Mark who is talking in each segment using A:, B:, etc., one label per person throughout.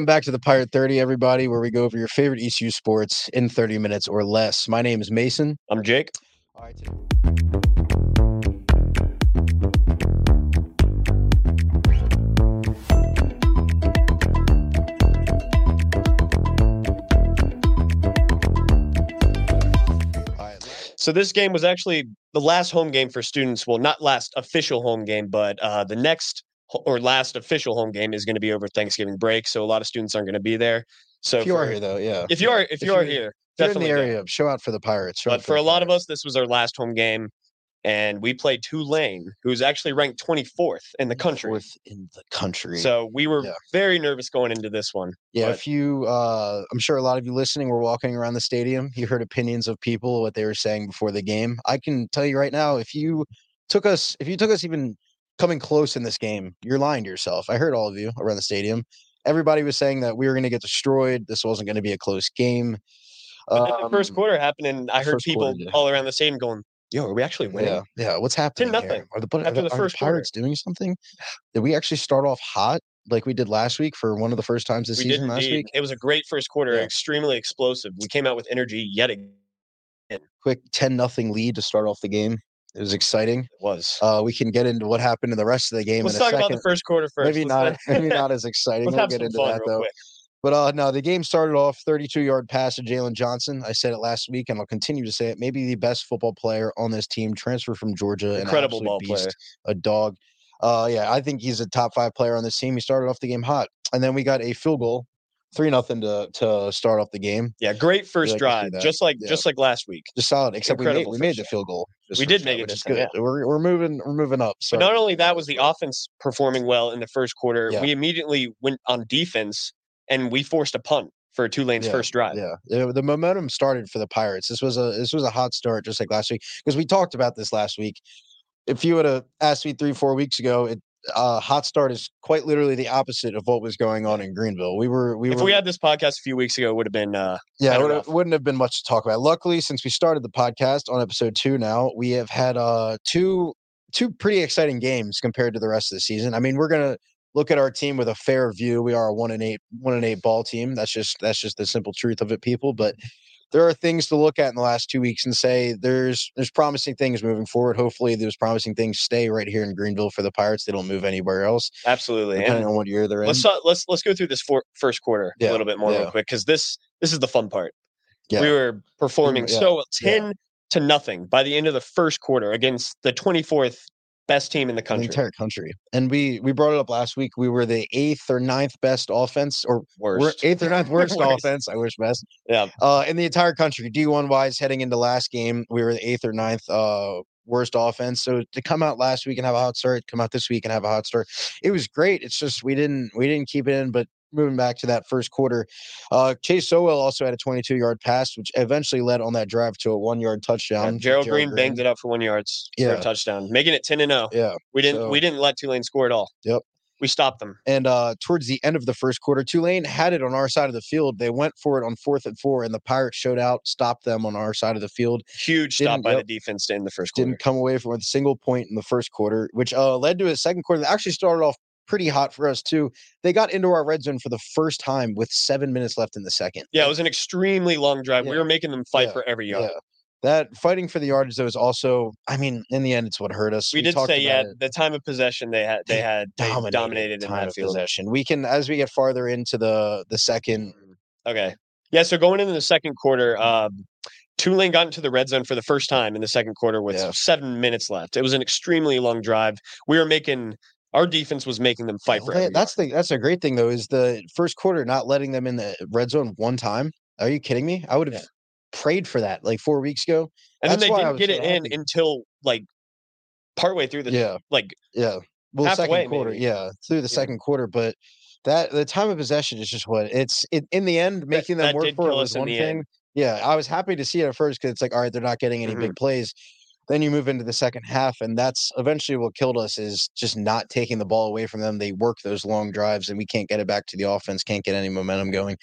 A: back to the Pirate 30, everybody, where we go over your favorite ECU sports in 30 minutes or less. My name is Mason.
B: I'm Jake.
A: All right,
B: So this game was actually the last home game for students. Well, not last official home game, but uh, the next ho- or last official home game is going to be over Thanksgiving break. So a lot of students aren't going to be there. So
A: if you are
B: for-
A: here, though, yeah.
B: if you are, if,
A: If
B: you are
A: you're-
B: here,
A: If you're in the
B: definitely. go.
A: area, show out for the Pirates. show out
B: But for
A: the
B: a lot of
A: Pirates.
B: us, this was our last home game, and we played Tulane, who's actually ranked 24th in the country.
A: Fourth in the country.
B: So we were
A: Yeah.
B: very nervous going into this one.
A: Yeah,
B: But-
A: if you, uh, I'm sure a lot of you listening were walking around the stadium. You heard opinions of people, what they were saying before the game. I can tell you right now, if you took us, if you took us even coming close in this game, you're lying to yourself. I heard all of you around the stadium. Everybody was saying that we were going to get destroyed. This wasn't going to be a close game.
B: But then the first
A: Um,
B: quarter happened, and I heard
A: first
B: people
A: quarter, yeah.
B: all around the stadium going, "Yo, are we actually winning?"
A: Yeah, yeah. What's happening? here?
B: nothing
A: Are the, Pir- are
B: after
A: the,
B: the
A: are
B: first quarter.
A: Pirates doing something? Did we actually start off hot like we did last week for one of the first times this
B: we did
A: season last
B: indeed.
A: week?
B: It was a great first quarter,
A: Yeah.
B: extremely explosive. We came out with energy yet again.
A: Quick 10 nothing lead to start off the game. It was exciting.
B: It was.
A: Uh, we can get into what happened in the rest of the game
B: Let's
A: in a
B: talk
A: second.
B: about the first quarter first.
A: maybe
B: Let's
A: not,
B: not-
A: maybe not as exciting.
B: Let's
A: we'll
B: have
A: get
B: some
A: into
B: fun
A: that
B: real
A: though.
B: quick.
A: But uh, no, the game started off 32 yard pass to Jalen Johnson. I said it last week, and I'll continue to say it. Maybe the best football player on this team, transfer from Georgia, an
B: Incredible
A: absolute
B: ball player.
A: a dog. Uh, yeah, I think he's a top five player on this team. He started off the game hot, and then we got a field goal, three nothing to to start off the game.
B: Yeah, great first
A: I can see
B: drive,
A: that.
B: just like
A: Yeah.
B: just like last week.
A: Just solid, except we made,
B: Incredible
A: we made
B: first
A: the
B: shot.
A: field goal. this
B: We did
A: first
B: make
A: shot,
B: it
A: which is
B: this time, yeah.
A: good. We're, we're moving we're moving up. So
B: But not only that was the offense performing well in the first quarter.
A: Yeah.
B: We immediately went on defense and we forced a punt for Tulane's
A: Yeah,
B: first drive.
A: Yeah, the, the momentum started for the Pirates. This was a this was a hot start, just like last week, because we talked about this last week. If you would have asked me three four weeks ago, it uh, hot start is quite literally the opposite of what was going on in Greenville. We were we
B: if
A: were
B: we had this podcast a few weeks ago, it would have been uh,
A: yeah,
B: better
A: it
B: off.
A: wouldn't, wouldn't have been much to talk about. Luckily, since we started the podcast on episode two, now we have had uh two two pretty exciting games compared to the rest of the season. I mean, we're gonna look at our team with a fair view. We are a one and eight one and eight ball team. That's just that's just the simple truth of it, people. But there are things to look at in the last two weeks and say there's there's promising things moving forward. Hopefully, those promising things stay right here in Greenville for the Pirates. They don't move anywhere else,
B: absolutely.
A: depending
B: And
A: on what year they're in.
B: let's talk, let's let's go through this for, first quarter
A: Yeah,
B: a little bit more
A: yeah.
B: real quick because this this is the fun part.
A: Yeah.
B: We were performing
A: yeah,
B: so well,
A: yeah.
B: ten to nothing by the end of the first quarter against the twenty fourth best team in the
A: the
B: country.
A: entire country, and we we brought it up last week. We were the eighth or ninth best offense, or
B: Worst.
A: We're eighth or ninth worst,
B: Worst.
A: offense. I wish best.
B: Yeah.
A: Uh, in the entire country, D1 wise, heading into last game, we were the eighth or ninth uh, worst offense. So to come out last week and have a hot start, come out this week and have a hot start, it was great. It's just we didn't we didn't keep it in, but. Moving back to that first quarter, uh, Chase Sowell also had a 22 yard pass, which eventually led on that drive to a one yard
B: Yeah,
A: touchdown. for
B: Gerald Green banged it up for one yards for
A: Yeah.
B: a touchdown, making it ten and zero.
A: Yeah.
B: We didn't we
A: So-
B: didn't let Tulane score at all.
A: Yep.
B: We stopped them.
A: And uh, towards the end of the first quarter, Tulane had it on our side of the field. They went for it on fourth and four, and the Pirates showed out, stopped them on our side of the field.
B: Huge stop
A: Didn't-
B: by
A: yep.
B: the defense to end the first quarter.
A: Didn't come away from a single point in the first quarter, which uh, led to a second quarter that actually started off pretty hot for us, too. They got into our red zone for the first time with seven minutes left in the second.
B: Yeah, it was an extremely long drive. We
A: Yeah.
B: were making them fight
A: Yeah.
B: for every yard.
A: Yeah. That fighting for the yardage, though, is also, I mean, in the end, it's what hurt us.
B: We, did
A: talked
B: say yeah,
A: about it.
B: the time of possession they had they
A: They
B: had they dominated, in
A: time
B: that
A: of
B: field.
A: possession. We can, as we get farther into the the second,
B: Okay. Yeah, so going into the second quarter, um, Tulane got into the red zone for the first time in the second quarter with
A: Yeah.
B: seven minutes left. It was an extremely long drive. We were making our defense was making them fight for
A: Well,
B: every
A: that- that's the that's a great thing though is the first quarter not letting them in the red zone one time. Are you kidding me? I would have prayed for that like four weeks ago.
B: And then
A: That's
B: they
A: why I
B: didn't
A: was
B: get
A: so
B: it in
A: happy.
B: until like partway through the
A: Yeah,
B: like
A: yeah. Well,
B: Halfway,
A: second quarter,
B: maybe.
A: yeah, through the
B: Yeah.
A: second quarter, but that the time of possession is just what it's it, in the end making them
B: that
A: work
B: did
A: for it
B: kill
A: was
B: us in
A: one
B: the
A: thing.
B: end.
A: Yeah, I was happy to see it at first because it's like all right, they're not getting any
B: Mm-hmm.
A: big plays. Then you move into the second half, and that's eventually what killed us is just not taking the ball away from them. They work those long drives, and we can't get it back to the offense. Can't get any momentum going.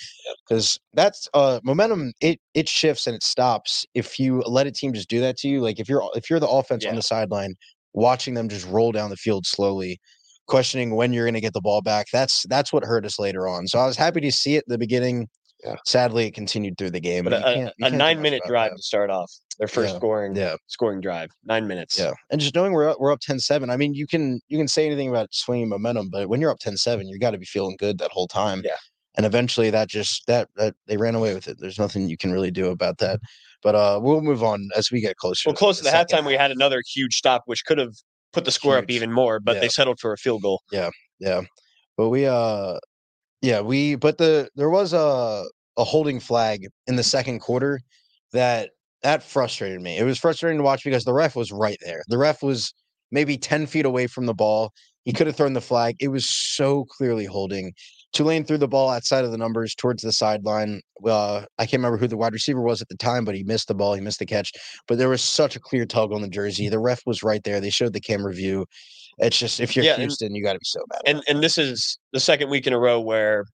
A: because that's uh momentum it it shifts and it stops if you let a team just do that to you like if you're if you're the offense on
B: Yeah.
A: the sideline watching them just roll down the field slowly questioning when you're going to get the ball back. That's that's what hurt us later on. So I was happy to see it at the beginning.
B: Yeah.
A: Sadly, it continued through the game.
B: But
A: and you
B: a,
A: can't- you
B: a
A: can't do
B: nine
A: much
B: minute
A: about
B: drive to start off their first
A: Yeah.
B: scoring
A: that. Yeah,
B: scoring drive. Nine minutes.
A: yeah, and just knowing we're up, we're up 10-7, I mean, you can you can say anything about swinging momentum, but when you're up 10-7, you got to be feeling good that whole time.
B: Yeah.
A: and eventually that just that that they ran away with it. There's nothing you can really do about that. But uh, we'll move on as we get closer.
B: Well, close to the
A: second
B: halftime, we had another huge stop, which could have put the score up
A: Huge.
B: even more, but
A: Yeah.
B: they settled for a field goal.
A: Yeah. But we uh yeah, we but the there was a a holding flag in the second quarter that that frustrated me. It was frustrating to watch because the ref was right there. The ref was maybe 10 feet away from the ball. He could have thrown the flag. It was so clearly holding. Tulane threw the ball outside of the numbers towards the sideline. Uh, I can't remember who the wide receiver was at the time, but he missed the ball. He missed the catch. But there was such a clear tug on the jersey. The ref was right there. They showed the camera view. It's just if you're
B: Yeah, and-
A: Houston, you got to be so bad.
B: And and this is the second week in a row where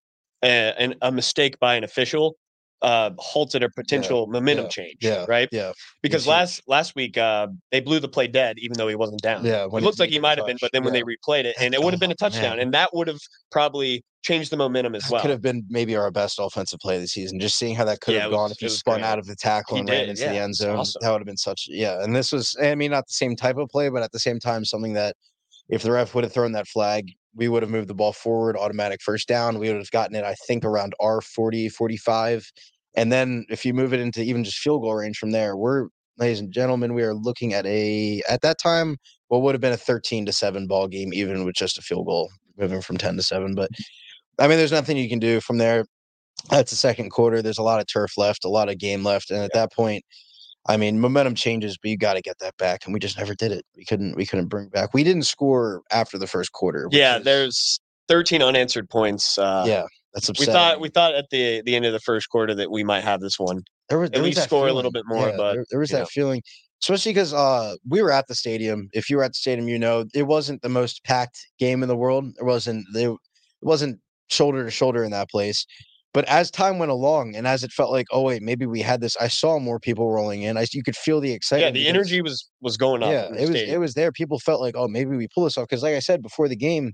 B: a, an, a mistake by an official uh, halted a potential momentum
A: yeah,
B: change.
A: yeah,
B: Right.
A: yeah,
B: Because
A: huge.
B: last last week uh, they blew the play dead, even though he wasn't down.
A: Yeah,
B: It looks like he might have been, but then when they replayed it, and it would have been a
A: Oh, man.
B: touchdown, and that would have probably changed the momentum as well.
A: could have been maybe our best offensive play of the season. Just seeing how that could
B: Yeah,
A: have
B: it was-
A: gone if
B: it
A: he
B: was
A: spun
B: great.
A: out of the tackle
B: He
A: and ran
B: did,
A: into the
B: yeah,
A: end
B: it's
A: zone,
B: awesome.
A: that would have been such yeah. And this was I mean not the same type of play, but at the same time something that if the ref would have thrown that flag, we would have moved the ball forward, automatic first down. We would have gotten it, I think, around our 40, 45. And then if you move it into even just field goal range from there, we're ladies and gentlemen, we are looking at a at that time what would have been a 13 to 7 ball game even with just a field goal moving from 10 to 7
B: Mm-hmm.
A: but i mean there's nothing you can do from there that's the second quarter there's a lot of turf left a lot of game left and at that point i mean momentum changes but you got to get that back and we just never did it we couldn't we couldn't bring back we didn't score after the first quarter which
B: yeah,
A: is-
B: there's 13 unanswered points. Uh,
A: yeah that's
B: We
A: upsetting.
B: thought we thought at the the end of the first quarter that we might have this one.
A: there was,
B: at
A: there was
B: least
A: that
B: score a little
A: feeling.
B: bit more, but,
A: there, there was
B: you
A: that
B: know.
A: feeling, especially because uh, we were at the stadium. If you were at the stadium, you know it wasn't the most packed game in the world. It wasn't. They, it wasn't shoulder to shoulder in that place. But as time went along, and as it felt like, oh wait, maybe we had this. I saw more people rolling in. I, you could feel the
B: Yeah,
A: excitement.
B: the
A: because-
B: energy was was going up.
A: Yeah,
B: in the
A: it was.
B: stadium.
A: It was there. People felt like, oh, maybe we pull this off. Because, like I said before the game,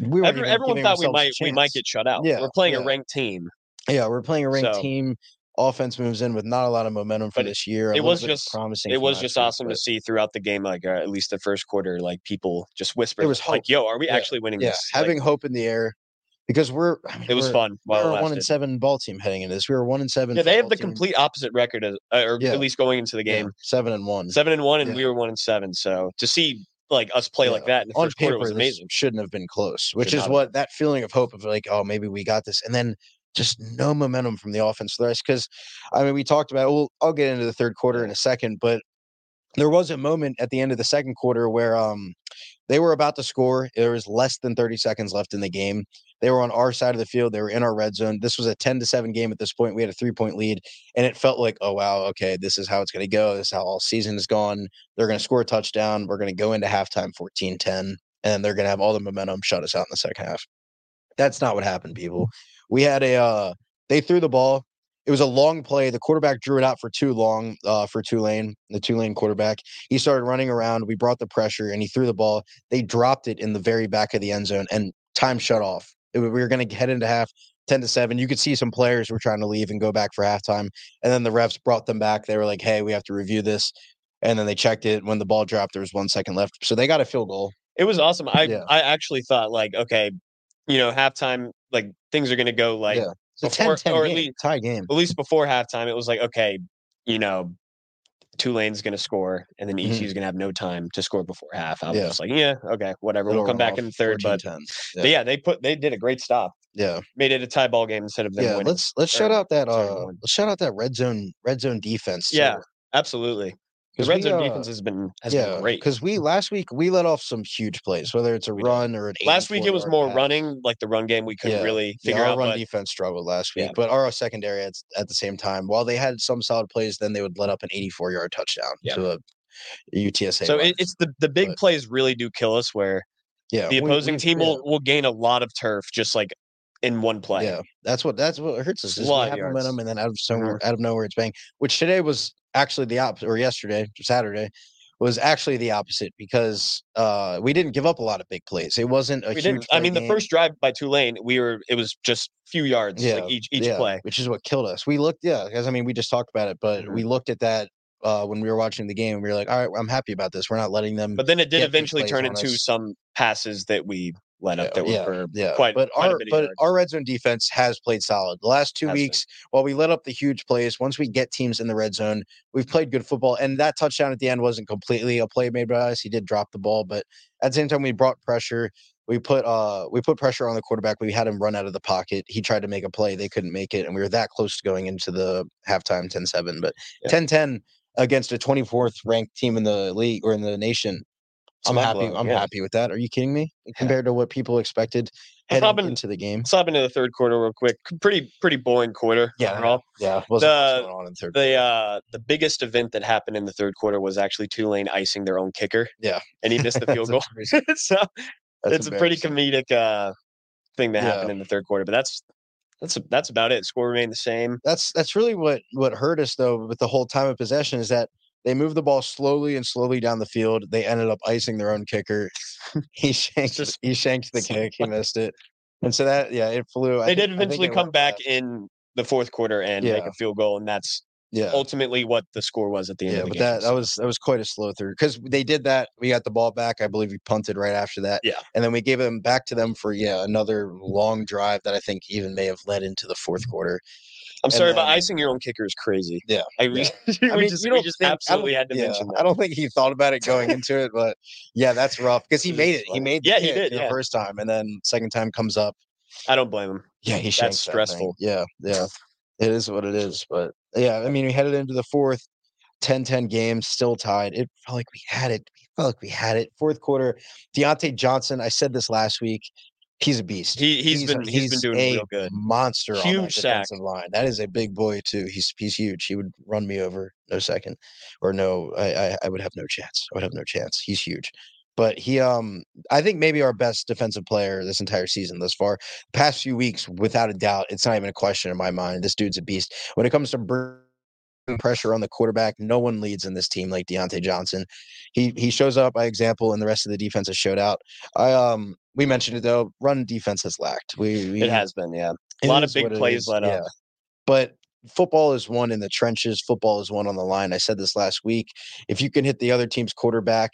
A: we were
B: Every- everyone thought we might we might get shut out.
A: Yeah,
B: We're playing
A: yeah.
B: a ranked team.
A: Yeah, we're playing a ranked
B: So-
A: team. Offense moves in with not a lot of momentum for
B: But it-
A: this year. a
B: it
A: little
B: was
A: bit
B: just-
A: promising.
B: It
A: from
B: was
A: last
B: just
A: week,
B: awesome to
A: but
B: see throughout the game, like or at least the first quarter, like people just whispered,
A: was hope.
B: like, "Yo, are we
A: Yeah,
B: actually winning
A: Yeah,
B: this?" Like,
A: having hope in the air because we're. I mean,
B: it was
A: we're-
B: fun
A: We
B: while
A: were
B: it
A: a one and
B: lasted.
A: seven ball team heading into this. We were one and seven.
B: Yeah, they have
A: football
B: the
A: team.
B: complete opposite record, as, uh, or
A: Yeah.
B: at least going into the
A: Yeah,
B: game,
A: seven and one.
B: seven and one, and
A: Yeah.
B: we were one and seven. So to see like us play like
A: Yeah.
B: that in the
A: On
B: first
A: paper,
B: quarter was
A: this
B: amazing.
A: shouldn't have been close, which
B: Should
A: is
B: not have
A: what that feeling of hope of like, oh, maybe we got this, and then just no momentum from the offense. The rest, because I mean, we talked about. Well, I'll get into the third quarter in a second, but there was a moment at the end of the second quarter where um they were about to score. There was less than 30 seconds left in the game. They were on our side of the field. They were in our red zone. This was a 10 to 7 game at this point. We had a three point lead, and it felt like, oh, wow, okay, this is how it's going to go. This is how all season is gone. They're going to score a touchdown. We're going to go into halftime 14 10, and they're going to have all the momentum, shut us out in the second half. That's not what happened, people. We had a, uh, they threw the ball. It was a long play. The quarterback drew it out for too long uh, for Tulane, the Tulane quarterback. He started running around. We brought the pressure and he threw the ball they dropped it in the very back of the end zone and time shut off. It wa- we were going to head into half 10 to 7. You could see some players were trying to leave and go back for halftime. And then the refs brought them back. They were like, hey, we have to review this. And then they checked it. When the ball dropped, there was one second left. So they got a field goal.
B: It was awesome. I
A: Yeah.
B: I actually thought like, okay, you know, halftime, like things are gonna go like
A: Yeah. It's a
B: Before-
A: 10 10
B: or at
A: game,
B: least-
A: tie game.
B: at least before halftime, it was like, okay, you know, Tulane's going to score, and then ECU's going to have no time to score before half. I was
A: Mm-hmm. Yeah.
B: just like, yeah, okay, whatever. We'll
A: It'll
B: come
A: run
B: back
A: off
B: in the third, but,
A: 14-10.
B: but yeah, they put they did a great stop,
A: Yeah.
B: made it a tie ball game instead of them
A: Yeah.
B: winning.
A: Let's let's shout
B: or
A: out that
B: sorry,
A: uh
B: one.
A: let's shout out that red zone red zone defense. too.
B: Yeah, absolutely. The
A: 'Cause
B: red
A: we,
B: zone
A: uh,
B: defense has been has been great.
A: Because we last week we let off some huge plays, whether it's a
B: We did.
A: run or an
B: Last week it
A: 84
B: was
A: yard
B: more
A: pass.
B: running, like the run game we couldn't
A: Yeah.
B: really
A: Yeah,
B: figure
A: our
B: out.
A: run
B: but
A: defense struggled last week,
B: Yeah.
A: but our secondary at, at the same time, while they had some solid plays, then they would let up an 84 yard touchdown
B: Yeah.
A: to a UTSA.
B: so
A: run.
B: it, it's the the big
A: but-
B: plays really do kill us, where
A: yeah,
B: the
A: we-
B: opposing
A: we-
B: team
A: yeah,
B: will will gain a lot of turf just like in one play.
A: Yeah, that's what that's what hurts us. Is we
B: Lot of
A: have
B: yards. Mm-hmm.
A: momentum, and then out of somewhere, out of nowhere, it's bang. Which today was actually the opposite, or yesterday, Saturday, was actually the opposite because uh, we didn't give up a lot of big plays. It wasn't a
B: we
A: huge.
B: didn't. I
A: play
B: mean, the
A: game,
B: first drive by Tulane, we were it was just few yards
A: Yeah,
B: like each each
A: yeah,
B: play. Mm-hmm.
A: which is what killed us. We looked, yeah, because I mean, we just talked about it, but we looked at that uh, when we were watching the game. We were like, all right, I'm happy about this. We're not letting them.
B: But then it
A: get
B: did
A: big
B: eventually
A: plays
B: turn
A: on
B: into
A: us.
B: some passes that we let up that were for
A: yeah.
B: quite-
A: but
B: quite a
A: our
B: bit of
A: but
B: yards.
A: our red zone defense has played solid the last two
B: Has been.
A: weeks. While we let up the huge plays, once we get teams in the red zone, we've played good football. And that touchdown at the end wasn't completely a play made by us. He did drop the ball, but at the same time, we brought pressure. We put uh we put pressure on the quarterback. We had him run out of the pocket. He tried to make a play. They couldn't make it, and we were that close to going into the halftime 10-7. But
B: Yeah.
A: 10-10 against a 24th ranked team in the league or in the nation.
B: It's
A: I'm happy.
B: mind-blowing,
A: I'm
B: yeah.
A: happy with that. Are you kidding me? Compared to what people expected
B: What's
A: heading
B: happened-
A: into the game.
B: Let's hop into the third quarter real quick. Pretty pretty boring quarter
A: Yeah, I
B: overall.
A: Yeah, wasn't much
B: The-
A: going on in third.
B: The uh the biggest event that happened in the third quarter was actually Tulane icing their own kicker.
A: Yeah.
B: And he missed the field goal.
A: That's embarrassing.
B: so
A: That's
B: it's a pretty
A: embarrassing.
B: comedic uh thing that
A: Yeah.
B: happened in the third quarter. But that's that's that's about it. Score remained the same.
A: that's that's really what what hurt us though with the whole time of possession is that they moved the ball slowly and slowly down the field. They ended up icing their own kicker. he shanked
B: just-
A: he shanked the
B: it's
A: kick. He missed it. And so that yeah, it flew. I think-
B: they
A: I
B: did
A: think
B: eventually
A: it
B: come
A: went
B: back
A: past-
B: in the fourth quarter and make
A: Yeah.
B: a field goal, and that's
A: Yeah.
B: ultimately what the score was at the end
A: Yeah,
B: of the
A: but
B: game.
A: that, that was that was quite a slow through because they did that. We got the ball back. I believe we punted right after that.
B: Yeah.
A: and then we gave them back to them for yeah another long drive that I think even may have led into the fourth quarter.
B: I'm sorry,
A: and
B: but
A: then-
B: icing your own kicker is crazy.
A: Yeah,
B: I, we, we
A: I mean,
B: just,
A: you
B: we
A: don't
B: just
A: think- I don't-
B: absolutely had to
A: yeah,
B: mention
A: I
B: that.
A: don't think he thought about it going into it, but yeah, that's rough because he
B: It's
A: made it.
B: just
A: He
B: like-
A: made the
B: Mm, Yeah, he
A: kick
B: did,
A: the
B: yeah.
A: first time, and then second time comes up.
B: I don't blame him.
A: Yeah, he
B: That's
A: shanks that thing.
B: stressful.
A: Yeah, yeah, it is what it is. But yeah, I mean, we headed into the fourth. 10-10 game, still tied. It felt like we had it. It felt like we had it. Fourth quarter, Deontay Johnson. I said this last week. He's a beast.
B: He he's been
A: a-
B: he's been doing
A: a
B: real good.
A: Monster on that
B: Huge sack.
A: defensive line. That is a big boy too. He's he's huge. He would run me over no second, or no. I I, I would have no chance. I would have no chance. He's huge. But he, um, I think maybe our best defensive player this entire season thus far. Past few weeks, without a doubt, it's not even a question in my mind. This dude's a beast. When it comes to br- putting pressure on the quarterback. No one leads in this team like Deontay Johnson. He he shows up by example, and the rest of the defense has showed out. I um we mentioned it though. Run defense has lacked. We, we
B: It has been, yeah. A lot of
A: is
B: big
A: what it
B: plays
A: is,
B: let up.
A: But football is won in the trenches. Football is won on the line. I said this last week. If you can hit the other team's quarterback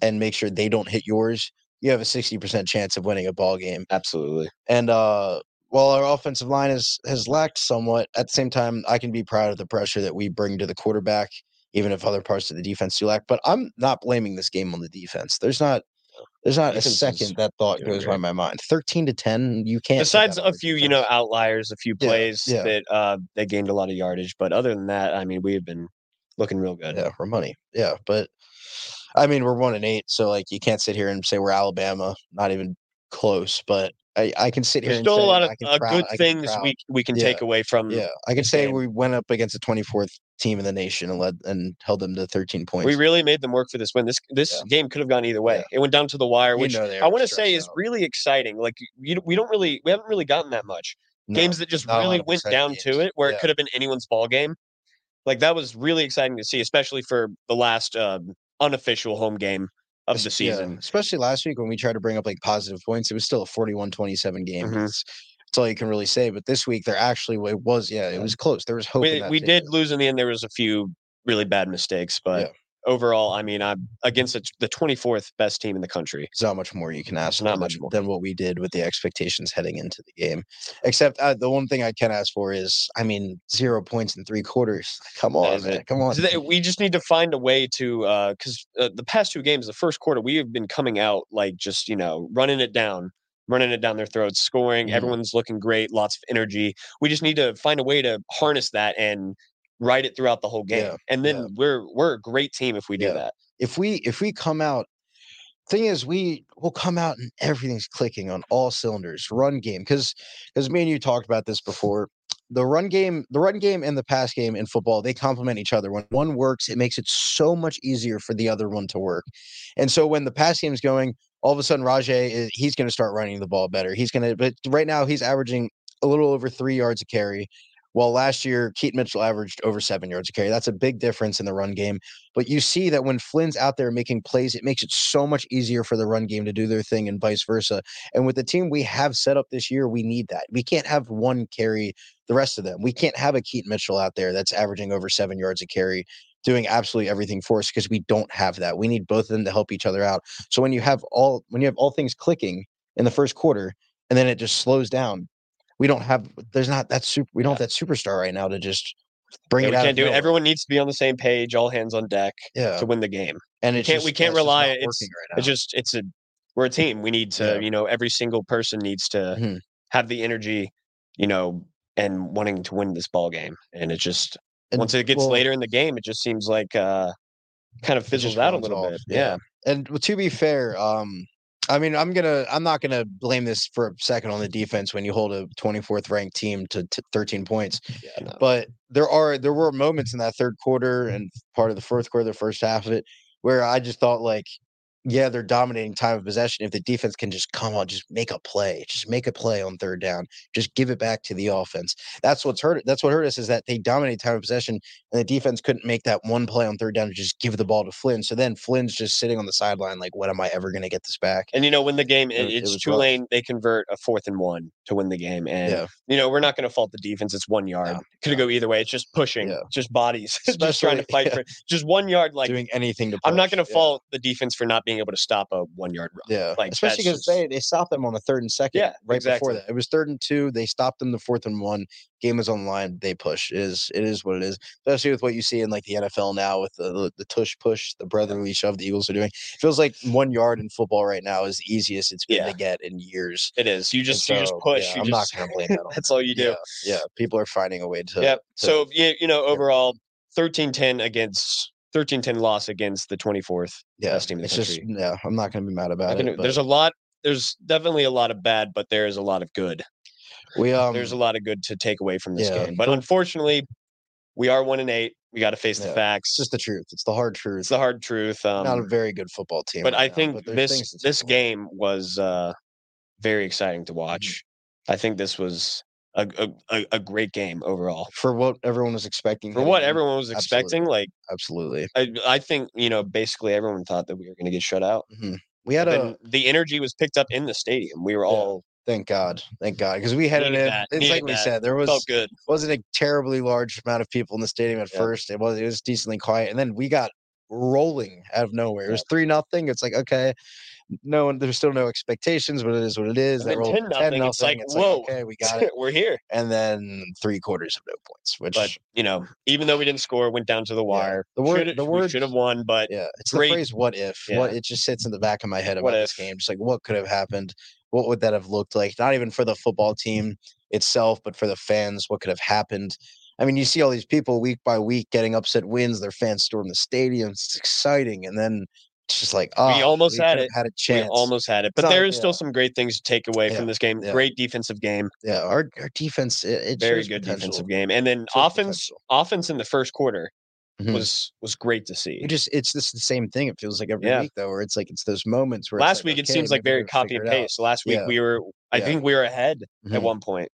A: and make sure they don't hit yours, you have a sixty percent chance of winning a ball game.
B: Absolutely.
A: And uh, while our offensive line has has lacked somewhat, at the same time, I can be proud of the pressure that we bring to the quarterback, even if other parts of the defense do lack. But I'm not blaming this game on the defense. There's not there's not a
B: Defense is
A: second that thought
B: doing
A: goes by
B: great.
A: my mind. Thirteen to ten, you can't. put
B: Besides
A: that on
B: a
A: the
B: few, you
A: defense.
B: know, outliers, a few
A: Yeah,
B: plays
A: yeah.
B: that uh they gained a lot of yardage. But other than that, I mean, we have been looking real good.
A: Yeah, we're money. Yeah, but I mean, we're one and eight, so like you can't sit here and say we're Alabama, not even close. But I, I can sit here.
B: There's
A: and
B: still a
A: say
B: lot of
A: I can
B: uh,
A: proud-
B: good
A: I can be
B: things
A: proud.
B: we we can
A: Yeah.
B: take away from.
A: Yeah, I can
B: this
A: say
B: game.
A: we went up against the 24th team in the nation and led and held them to 13 points.
B: We really made them work for this win. This this game could have gone either way. It went down to the wire,
A: You
B: which
A: know they
B: I
A: were
B: want to say is
A: stressed out.
B: really exciting. Like you, we don't really, we haven't really gotten that much
A: No,
B: games that just
A: not a lot
B: really
A: of
B: went
A: exciting
B: down
A: games.
B: to it, where
A: Yeah.
B: it could have been anyone's ball game. Like that was really exciting to see, especially for the last um, unofficial home game of the
A: es- yeah,
B: season.
A: especially last week when we tried to bring up like positive points, it was still a 41-27 game.
B: Mhm.
A: That's, that's all you can really say. But this week, there actually it was yeah, it
B: Yeah.
A: was close. There was hope. in
B: We
A: that
B: we
A: team.
B: did lose in the end. There was a few really bad mistakes, but.
A: Yeah.
B: Overall, I mean, I'm against the t- the 24th best team in the country.
A: There's not much more you can ask.
B: Not
A: for
B: much
A: than-
B: more.
A: than what we did with the expectations heading into the game. Except uh, the one thing I can ask for is, I mean, zero points in three quarters. Come on,
B: is
A: man,
B: it.
A: come on.
B: So that- we just need to find a way to because uh, the past two games, the first quarter, we have been coming out like just you know running it down, running it down their throats, scoring.
A: Mhm.
B: Everyone's looking great, lots of energy. We just need to find a way to harness that and ride it throughout the whole game.
A: Yeah,
B: And
A: yeah.
B: then we're we're a great team if we do
A: Yeah.
B: that.
A: if we if we come out thing is we will come out and everything's clicking on all cylinders run game because because me and you talked about this before the run game the run game and the pass game in football they complement each other when one works it makes it so much easier for the other one to work and so when the pass game's going all of a sudden rajay is he's going to start running the ball better he's going to but right now he's averaging a little over three yards a carry Well, last year, Keaton Mitchell averaged over seven yards a carry. That's a big difference in the run game. But you see that when Flynn's out there making plays, it makes it so much easier for the run game to do their thing and vice versa. And with the team we have set up this year, we need that. We can't have one carry the rest of them. We can't have a Keaton Mitchell out there that's averaging over seven yards a carry doing absolutely everything for us because we don't have that. We need both of them to help each other out. So when you have all when you have all things clicking in the first quarter and then it just slows down, we don't have there's not that super we don't have that superstar right now to just bring
B: Yeah,
A: it
B: we
A: out.
B: can't
A: of
B: do it.
A: nowhere.
B: Everyone needs to be on the same page, all hands on deck
A: yeah.
B: to win the game.
A: and
B: we
A: it's
B: can't-
A: just-
B: we can't
A: that's just
B: rely-
A: not
B: it's-
A: working right
B: It's just it's a we're a team. We need to,
A: Yeah.
B: you know, every single person needs to
A: Mhm.
B: have the energy, you know, and wanting to win this ball game. And it just
A: And,
B: once it gets
A: well,
B: later in the game, it just seems like uh kind of
A: it just
B: fizzles out a
A: runs
B: little
A: off.
B: bit. Yeah.
A: And w- to be fair, um, I mean, I'm gonna, I'm not gonna blame this for a second on the defense when you hold a 24th ranked team to t- 13 points.
B: Yeah. no.
A: But there are, there were moments in that third quarter and part of the fourth quarter, the first half of it, where I just thought like, yeah, they're dominating time of possession. If the defense can just come on, just make a play, just make a play on third down, just give it back to the offense. That's what's hurt. That's what hurt us is that they dominate time of possession, and the defense couldn't make that one play on third down to just give the ball to Flynn. So then Flynn's just sitting on the sideline, like, when am I ever going to get this back?
B: And you know, when the game
A: It
B: it,
A: was- it
B: it's
A: was rough.
B: Tulane, they convert a fourth and one to win the game. And
A: Yeah.
B: you know, we're not gonna fault the defense. It's one yard.
A: No,
B: Could go either way. It's just pushing,
A: Yeah.
B: just bodies, just trying to
A: Especially-
B: fight
A: yeah.
B: for it. just one yard like
A: Doing anything to.
B: I'm not
A: push,
B: going to
A: yeah.
B: fault the defense for not being able to stop a one yard run.
A: Yeah,
B: Like,
A: especially because
B: that's
A: they they stopped them on the third and second.
B: Yeah,
A: right
B: exactly.
A: before that, it was third and two. They stopped them the fourth and one. Game is on the line. They push. It is it is what it is. Especially with what you see in like the NFL now with the the, the tush push, the brotherly shove the Eagles are doing. It feels like one yard in football right now is the easiest it's been
B: Yeah.
A: to get in years.
B: It is. You
A: And
B: just you just
A: so,
B: push.
A: yeah,
B: you
A: I'm
B: just,
A: not going to blame that. On,
B: that's all you do.
A: yeah, people are finding a way to.
B: yep.
A: to-
B: so you, you know overall 13-10 against 13-10 loss against the 24th.
A: yeah,
B: best team in the
A: it's just
B: country.
A: yeah. I'm not going to be mad
B: I
A: about
B: can-
A: it.
B: there's
A: There's
B: a lot there's definitely a lot of bad but there is a lot of good.
A: we um
B: there's a lot of good to take away from this
A: yeah,
B: game. But unfortunately, we are 1 and 8. We got to face the
A: Yeah,
B: facts.
A: it's just the truth. It's the hard truth.
B: it's the hard truth. Um,
A: not a very good football team.
B: but
A: right
B: I
A: now,
B: think
A: but there's things
B: this
A: to take
B: this
A: away. Mm-hmm.
B: game was uh, very exciting to watch. I think this was a, a- a, a great game overall
A: for what everyone was expecting.
B: for
A: heading
B: what
A: in,
B: everyone was expecting. Like
A: absolutely.
B: I, I think you know basically everyone thought that we were going to get shut out.
A: Mhm. We had
B: But
A: a
B: then the energy was picked up in the stadium. We were
A: Yeah,
B: all
A: thank God, thank God, because we had it.
B: Needed
A: in-
B: that,
A: It's like
B: needed
A: we
B: that.
A: said, there was
B: felt good.
A: wasn't a terribly large amount of people in the stadium at
B: Yeah.
A: first. It was it was decently quiet, and then we got rolling out of nowhere. It
B: Yeah.
A: was three nothing. It's like okay, no one. There's still no expectations, but it is what it is.
B: And
A: They
B: then
A: rolled
B: 10-0, it's like, whoa.
A: okay, we got it.
B: we're here.
A: And then three quarters of no points, which
B: But you know, even though we didn't score, went down to the wire.
A: The word-
B: Shoulda-
A: the
B: we
A: word-
B: should have won, but
A: Yeah, it's
B: great-
A: the phrase "what if." What
B: Yeah.
A: it just sits in the back of my head about
B: What
A: this
B: if?
A: game. Just like what could have happened? What would that have looked like? Not even for the football team itself, but for the fans. What could have happened? I mean, you see all these people week by week getting upset wins. Their fans storm the stadiums. It's exciting, and then it's just like, oh,
B: almost had it.
A: Had a
B: we
A: chance.
B: almost had it.
A: It's
B: But
A: not-
B: there is
A: yeah.
B: still some great things to take away
A: Yeah,
B: from this game.
A: yeah.
B: Great defensive game.
A: yeah, our, our defense. It, it
B: very
A: shows
B: good
A: potential.
B: defensive game. And then
A: Shows
B: offense
A: potential.
B: offense in the first quarter
A: Mhm.
B: was was great to see.
A: It just it's just the same thing. It feels like every
B: Yeah.
A: week though, where it's like it's those moments where it's
B: Last
A: like,
B: week it
A: okay,
B: seems like
A: maybe
B: very
A: we'll
B: copy
A: figure
B: and
A: it out.
B: paste. Last week
A: Yeah.
B: we were I
A: Yeah.
B: think we were ahead
A: Mhm.
B: at one point,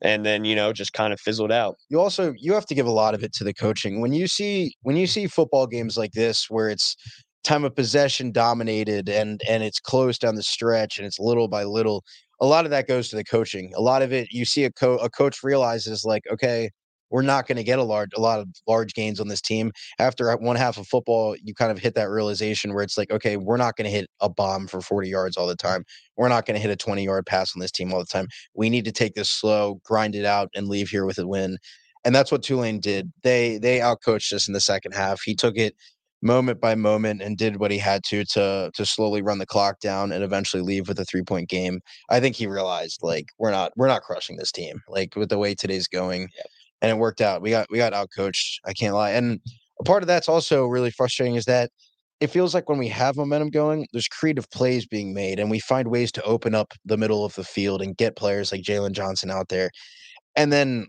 B: And then, you know, just kind of fizzled out.
A: you also you have to give a lot of it to the coaching when you see when you see football games like this where it's time of possession dominated and and it's close down the stretch and it's little by little a lot of that goes to the coaching a lot of it you see a, co- a coach realizes like okay we're not going to get a large a lot of large gains on this team after one half of football you kind of hit that realization where it's like okay we're not going to hit a bomb for 40 yards all the time we're not going to hit a 20 yard pass on this team all the time we need to take this slow grind it out and leave here with a win and that's what Tulane did. They they outcoached us in the second half. He took it moment by moment and did what he had to to to slowly run the clock down and eventually leave with a three point game. I think he realized like we're not we're not crushing this team like with the way today's going,
B: Yep.
A: and it worked out. We got we got outcoached. I can't lie. And a part of that's also really frustrating is that it feels like when we have momentum going, there's creative plays being made, and we find ways to open up the middle of the field and get players like Jalen Johnson out there. And then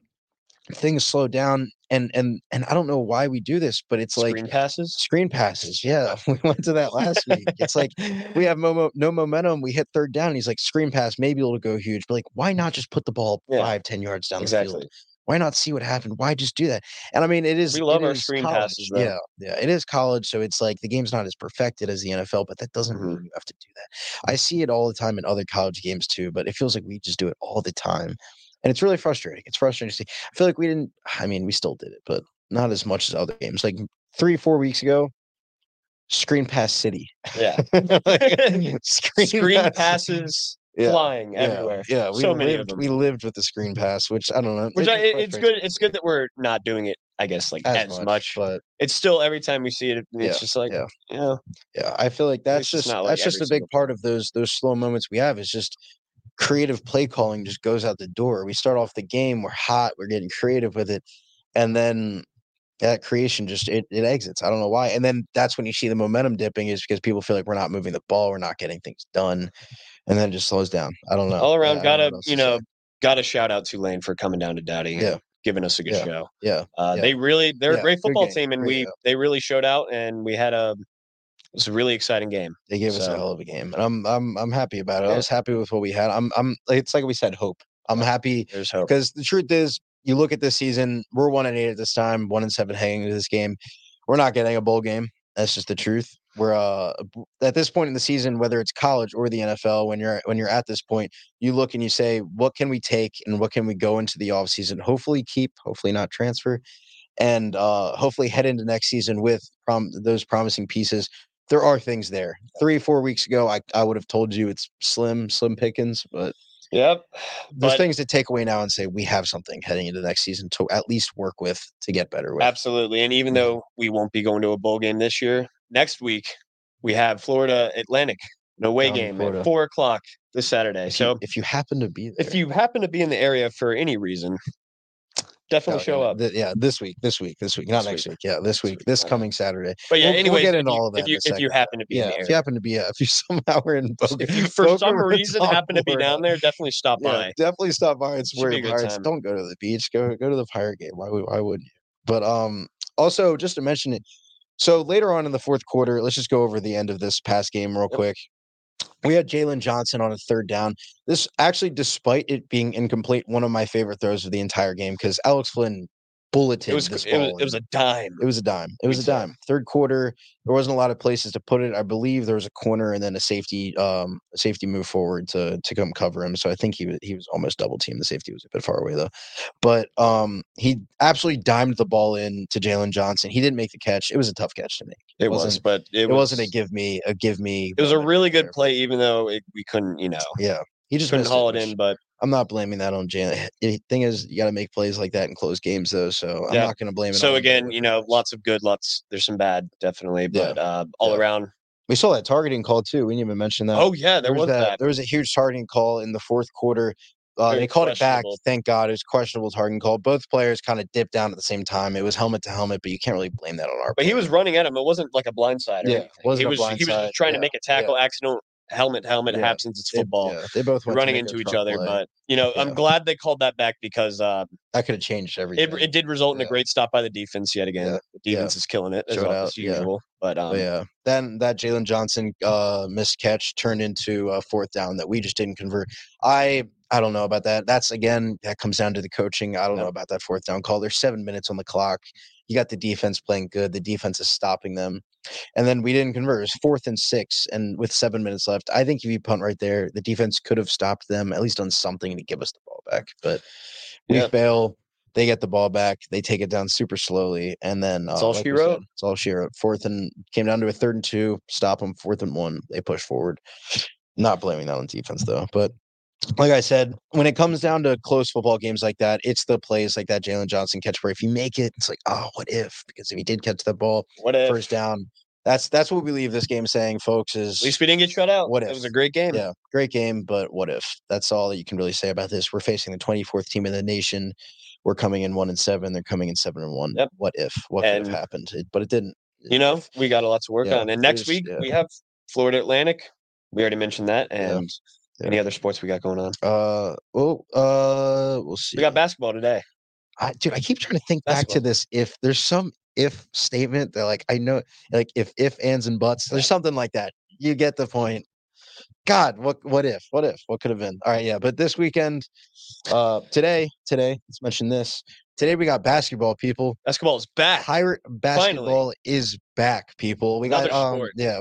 A: things slow down, and and and I don't know why we do this, but it's like
B: Screen passes.
A: screen passes. Yeah, we went to that last week. It's like we have momo, no momentum. We hit third down. And he's like, screen pass, maybe it'll go huge. But like, why not just put the ball
B: Yeah.
A: five, ten yards down the field?
B: exactly.
A: Why not see what happened? Why just do that? And I mean, it is
B: We love
A: it
B: our
A: is
B: screen
A: college.
B: passes, though.
A: Yeah, yeah, it is college, so it's like the game's not as perfected as the NFL, but that doesn't
B: Mm-hmm.
A: mean you have to do that. I see it all the time in other college games too, but it feels like we just do it all the time, and it's really frustrating. It's frustrating to see. I feel like we didn't. I mean, we still did it, but not as much as other games. Like three, four weeks ago, Screen Pass City.
B: Yeah.
A: Like,
B: Screen
A: Pass-
B: passes flying
A: yeah,
B: everywhere.
A: Yeah, we
B: So
A: lived,
B: many of them.
A: we lived with the screen pass, which I don't know.
B: Which
A: it
B: I,
A: just
B: it- it's
A: frustrates
B: good. It's good that we're not doing it. I guess like
A: me
B: as, much.
A: but
B: It's still every time we see it, it's
A: Yeah,
B: just like
A: yeah.
B: you know,
A: yeah, I feel like that's
B: least it's
A: just
B: not like
A: that's just
B: every
A: a big
B: single
A: part of those those slow moments we have is just creative play calling just goes out the door. We start off the game, we're hot, we're getting creative with it, and then that creation just it, it exits. I don't know why. And then that's when you see the momentum dipping is because people feel like we're not moving the ball, we're not getting things done, and then it just slows down. I don't know.
B: all
A: I- I
B: around.
A: don't
B: Gotta
A: what else
B: you
A: to say.
B: know, gotta shout out Tulane for coming down to Dowdy. and
A: Yeah.
B: giving us a good
A: Yeah.
B: show.
A: yeah,
B: Uh,
A: Yeah.
B: They really they're
A: Yeah,
B: a great
A: good
B: football
A: game,
B: team, and
A: great
B: we
A: show.
B: they really showed out, and we had a it was a really exciting game.
A: They gave us a
B: So-
A: hell of a game, and I'm I'm I'm happy about it. I
B: Yeah.
A: was happy with what we had. I'm I'm. It's like we said, hope. I'm happy
B: There's hope.
A: because the truth is, you look at this season. We're one and eight at this time. One and seven hanging to this game. We're not getting a bowl game. That's just the truth. We're uh b- at this point in the season, whether it's college or the NFL, when you're when you're at this point, you look and you say, what can we take and what can we go into the offseason? Hopefully keep, hopefully not transfer, and uh hopefully head into next season with prom- those promising pieces there are things there. Three, four weeks ago, I, I would have told you it's slim, slim pickings, but
B: Yep.
A: there's
B: But-
A: things to take away now and say we have something heading into next season to at least work with to get better with.
B: Absolutely. And even
A: Mhm.
B: though we won't be going to a bowl game this year, next week we have Florida Atlantic, an away
A: Down in
B: game
A: Florida.
B: at four o'clock this Saturday.
A: If,
B: so
A: you, if you happen to be there,
B: if you happen to be in the area for any reason, definitely
A: no,
B: show
A: no,
B: up.
A: th- Oh, yeah, this week, this week, this week, not
B: This
A: next
B: week.
A: week. Yeah, this
B: This
A: week,
B: week, uh,
A: this
B: I know.
A: coming Saturday.
B: But yeah,
A: We'll- we'll
B: anyways,
A: get
B: if
A: into
B: you-
A: all of that
B: If
A: in
B: you
A: a
B: if you
A: second,
B: happen to be in
A: Yeah,
B: the
A: if you
B: area,
A: happen to be, uh, if you somehow are in, Boca,
B: if you for
A: Boca
B: some
A: Raton,
B: reason happen to be
A: Florida,
B: down there, definitely stop
A: yeah,
B: by.
A: definitely stop by. It's
B: Should be a
A: where
B: good
A: Pirates
B: time.
A: don't go to the beach. Go go to the pirate game. Why would why wouldn't you? But um, also just to mention it. So later on in the fourth quarter, let's just go over the end of this past game real
B: Yep.
A: quick. We had Jalen Johnson on a third down. This actually, despite it being incomplete, one of my favorite throws of the entire game because Alex Flynn bulleted
B: It was
A: this
B: it was,
A: ball
B: it was
A: and-
B: a dime.
A: it was a dime. It was a
B: Big time.
A: dime. Third quarter, there wasn't a lot of places to put it. I believe there was a corner and then a safety, um, a safety move forward to to come cover him. So I think he was he was almost double teamed. The safety was a bit far away though, but um, he absolutely dimed the ball in to Jalen Johnson. He didn't make the catch. It was a tough catch to make.
B: It was,
A: wasn't-
B: but it,
A: It,
B: was,
A: was, not a give me a give me.
B: It was a
A: moment
B: really
A: there,
B: good
A: but-
B: play, even though it, we couldn't, you know,
A: Yeah, he just
B: couldn't
A: missed
B: haul it
A: which-
B: in. But
A: I'm not blaming that on Jalen. The thing is, you got to make plays like that in close games though. So I'm
B: Yeah.
A: not going to blame it. on
B: So
A: him, but
B: again,
A: what
B: you
A: can I
B: know,
A: do?
B: lots of good, lots. There's some bad, definitely,
A: Yeah.
B: but uh, all
A: Yeah.
B: around.
A: we saw that targeting call too. We didn't even mention that.
B: oh yeah, there was that.
A: There was a huge targeting call in the fourth quarter. Uh,
B: Very
A: they called it back.
B: questionable.
A: Thank God, it was questionable targeting call. Both players kind of dipped down at the same time. It was helmet to helmet, but you can't really blame that on our.
B: But he
A: player.
B: was running at him. It wasn't like a blindside. Or
A: Yeah,
B: anything.
A: wasn't
B: he
A: a
B: was. he was
A: blindside,
B: just trying
A: yeah,
B: to make a tackle, accidental helmet, helmet
A: Yeah.
B: happens. It's
A: They-
B: football.
A: yeah, they both went to
B: Running
A: make a
B: into each
A: tough
B: other,
A: play.
B: but you know,
A: Yeah.
B: I'm glad they called that back because uh,
A: that could have changed everything.
B: it, it did result in
A: Yeah.
B: a great stop by the defense yet again.
A: Yeah.
B: The
A: Yeah.
B: defense is killing it as,
A: Showed
B: al-
A: out,
B: as
A: yeah.
B: usual. But um,
A: But yeah, then that Jalen Johnson uh, missed catch turned into a fourth down that we just didn't convert. I I don't know about that. That's again that comes down to the coaching. I don't
B: Yeah.
A: know about that fourth down call. There's seven minutes on the clock. You got the defense playing good. The defense is stopping them, and then we didn't convert. It was fourth and six, and with seven minutes left, I think if you punt right there, the defense could have stopped them at least done something to give us the ball back. But we
B: Yeah.
A: fail. They get the ball back. They take it down super slowly, and then uh,
B: It's all she
A: we
B: wrote.
A: said, It's all she wrote. Fourth and came down to a third and two. Stop them. Fourth and one. They push forward. Not blaming that on defense though, but like I said, when it comes down to close football games like that, it's the plays like that Jalen Johnson catch where if you make it, it's like, oh, what if? Because if he did catch the ball
B: what if?
A: first down, that's that's what we leave this game saying, folks. Is
B: at least Eh. we didn't get shut out.
A: What
B: It was
A: if?
B: a great game.
A: yeah, great game, but what if? That's all that you can really say about this. We're facing the 24th team in the nation. We're coming in one and seven. They're coming in seven and one.
B: Yep.
A: What if? What could have
B: And-
A: happened? It, but it didn't.
B: you know, we got a lot to work
A: Yeah,
B: on. And next
A: there's-
B: week
A: yeah.
B: we have Florida Atlantic. We already mentioned that,
A: Yeah,
B: and
A: yeah.
B: any other sports we got going on.
A: Uh well, uh, we'll see.
B: We got basketball today.
A: I, dude, I keep trying to think back to
B: Basketball.
A: this. If there's some if statement that like I know, like if if ands and buts, there's something like that. You get the point. God, what what if? What if? What could have been? All right, yeah. But this weekend, uh today, today, let's mention this. Today we got basketball, people.
B: Basketball is back.
A: Pirate basketball is back, people. We got
B: Another
A: um,
B: sport.
A: yeah.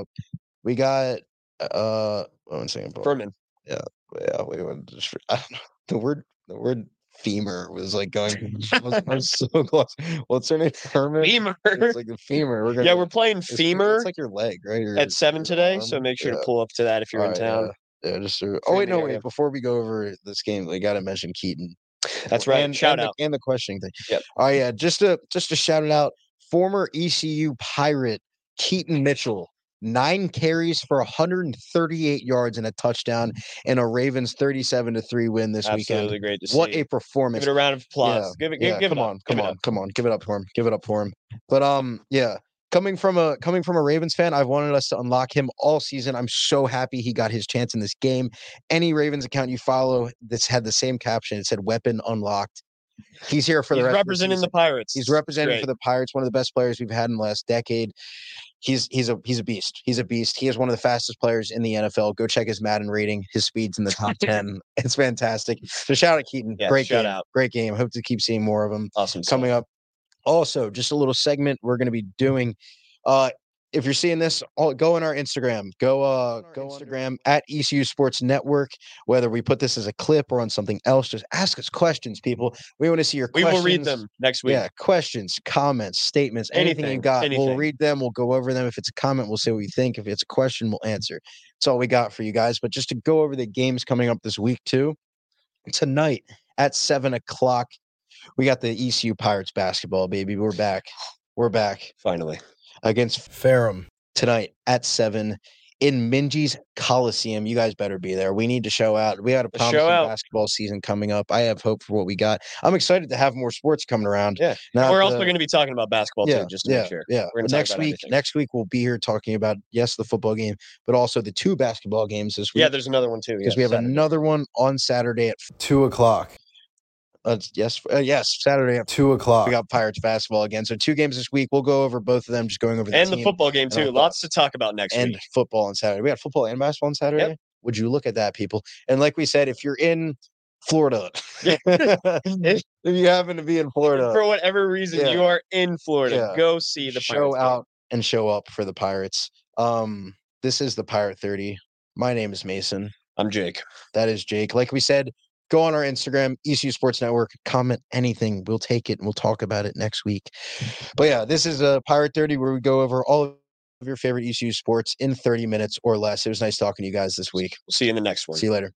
A: We got uh one second. bro.
B: Furman.
A: yeah, we went just I don't know. The word the word femur was like going I'm, so close. What's her name? Femur?
B: Femur.
A: It's like the femur. We're gonna,
B: Yeah, we're playing
A: it's-
B: femur
A: It's like your leg, right? Your-
B: at seven
A: your
B: today,
A: arm.
B: so make sure
A: Yeah.
B: to pull up to that if you're in
A: Alright,
B: town.
A: Yeah, yeah, just through. Oh wait,
B: in the
A: no
B: area.
A: wait. Before we go over this game, we got to mention Keaton.
B: That's right.
A: And,
B: Shout
A: and
B: out.
A: the, and the questioning thing.
B: Yep.
A: Oh yeah, just to just to shout it out. Former ECU Pirate Keaton Mitchell, nine carries for 138 yards and a touchdown, and a Ravens 37 to three win this
B: Absolutely
A: weekend.
B: great to see.
A: What a performance!
B: give it a round of applause. give it, give,
A: yeah,
B: give it
A: come
B: up.
A: on,
B: Give
A: come
B: it
A: on,
B: up.
A: come on, give it up for him, give it up for him. But um, yeah, coming from a coming from a Ravens fan, I've wanted us to unlock him all season. I'm so happy he got his chance in this game. Any Ravens account you follow that's had the same caption, it said "Weapon Unlocked." He's here for the
B: He's
A: rest of the
B: representing
A: season.
B: the, Pirates.
A: He's representing
B: Great.
A: for the Pirates, one of the best players we've had in the last decade. He's he's a he's a beast. He's a beast. He is one of the fastest players in the NFL. Go check his Madden rating. His speed's in the top ten. It's fantastic. So shout out Keaton.
B: Yeah,
A: great
B: shout
A: game.
B: out.
A: Great game. Hope to keep seeing more of him
B: awesome. stuff.
A: coming up. Also, just a little segment we're going to be doing. Uh, if you're seeing this, all, go on our Instagram. Go, uh, go Instagram at ECU Sports Network. Whether we put this as a clip or on something else, just ask us questions, people. We want to see your
B: We will
A: questions.
B: read them next week.
A: Yeah, questions, comments, statements, anything, you
B: Anything,
A: got, we'll
B: anything.
A: read them. We'll go over them. If it's a comment, we'll say what we think. If it's a question, we'll answer. That's all we got for you guys. But just to go over the games coming up this week too, tonight at seven o'clock, we got the ECU Pirates basketball, baby. We're back. We're back
B: Finally.
A: against Ferrum tonight at seven in Minji's Coliseum. You guys better be there. We need to show out. We got a
B: Let's show
A: promising
B: out.
A: basketball season coming up. I have hope for what we got. I'm excited to have more sports coming around.
B: Yeah.
A: Not
B: We're also
A: the-
B: going to be talking about basketball too, just to
A: yeah,
B: make sure.
A: Yeah.
B: We're gonna talk
A: next
B: about
A: week,
B: everything.
A: next week we'll be here talking about yes, the football game, but also the two basketball games this week.
B: Yeah, there's another one too.
A: because
B: yeah,
A: we have
B: Saturday.
A: another one on Saturday at
C: Two o'clock.
A: uh, yes, uh, yes, Saturday at
C: Two o'clock.
A: we got Pirates basketball again. So two games this week. We'll go over both of them, just going over the
B: and
A: team
B: the football game
A: and our
B: too.
A: thoughts.
B: Lots to talk about next
A: and
B: week.
A: football on Saturday. We got football and basketball on Saturday. Would you look at that, people? And like we said, if you're in Florida,
B: Yeah.
A: if you happen to be in Florida,
B: For whatever reason
A: Yeah.
B: you are in Florida,
A: Yeah.
B: go see the
A: show
B: Pirates game.
A: out and show up for the Pirates. Um, this is the Pirate 30. My name is Mason.
B: I'm Jake.
A: That is Jake. Like we said, go on our Instagram, ECU Sports Network, comment anything. We'll take it and we'll talk about it next week. But yeah, this is a Pirate 30 where we go over all of E your favorite ECU sports in 30 minutes or less. It was nice talking to you guys this week.
B: We'll see you in the next one.
A: See you later.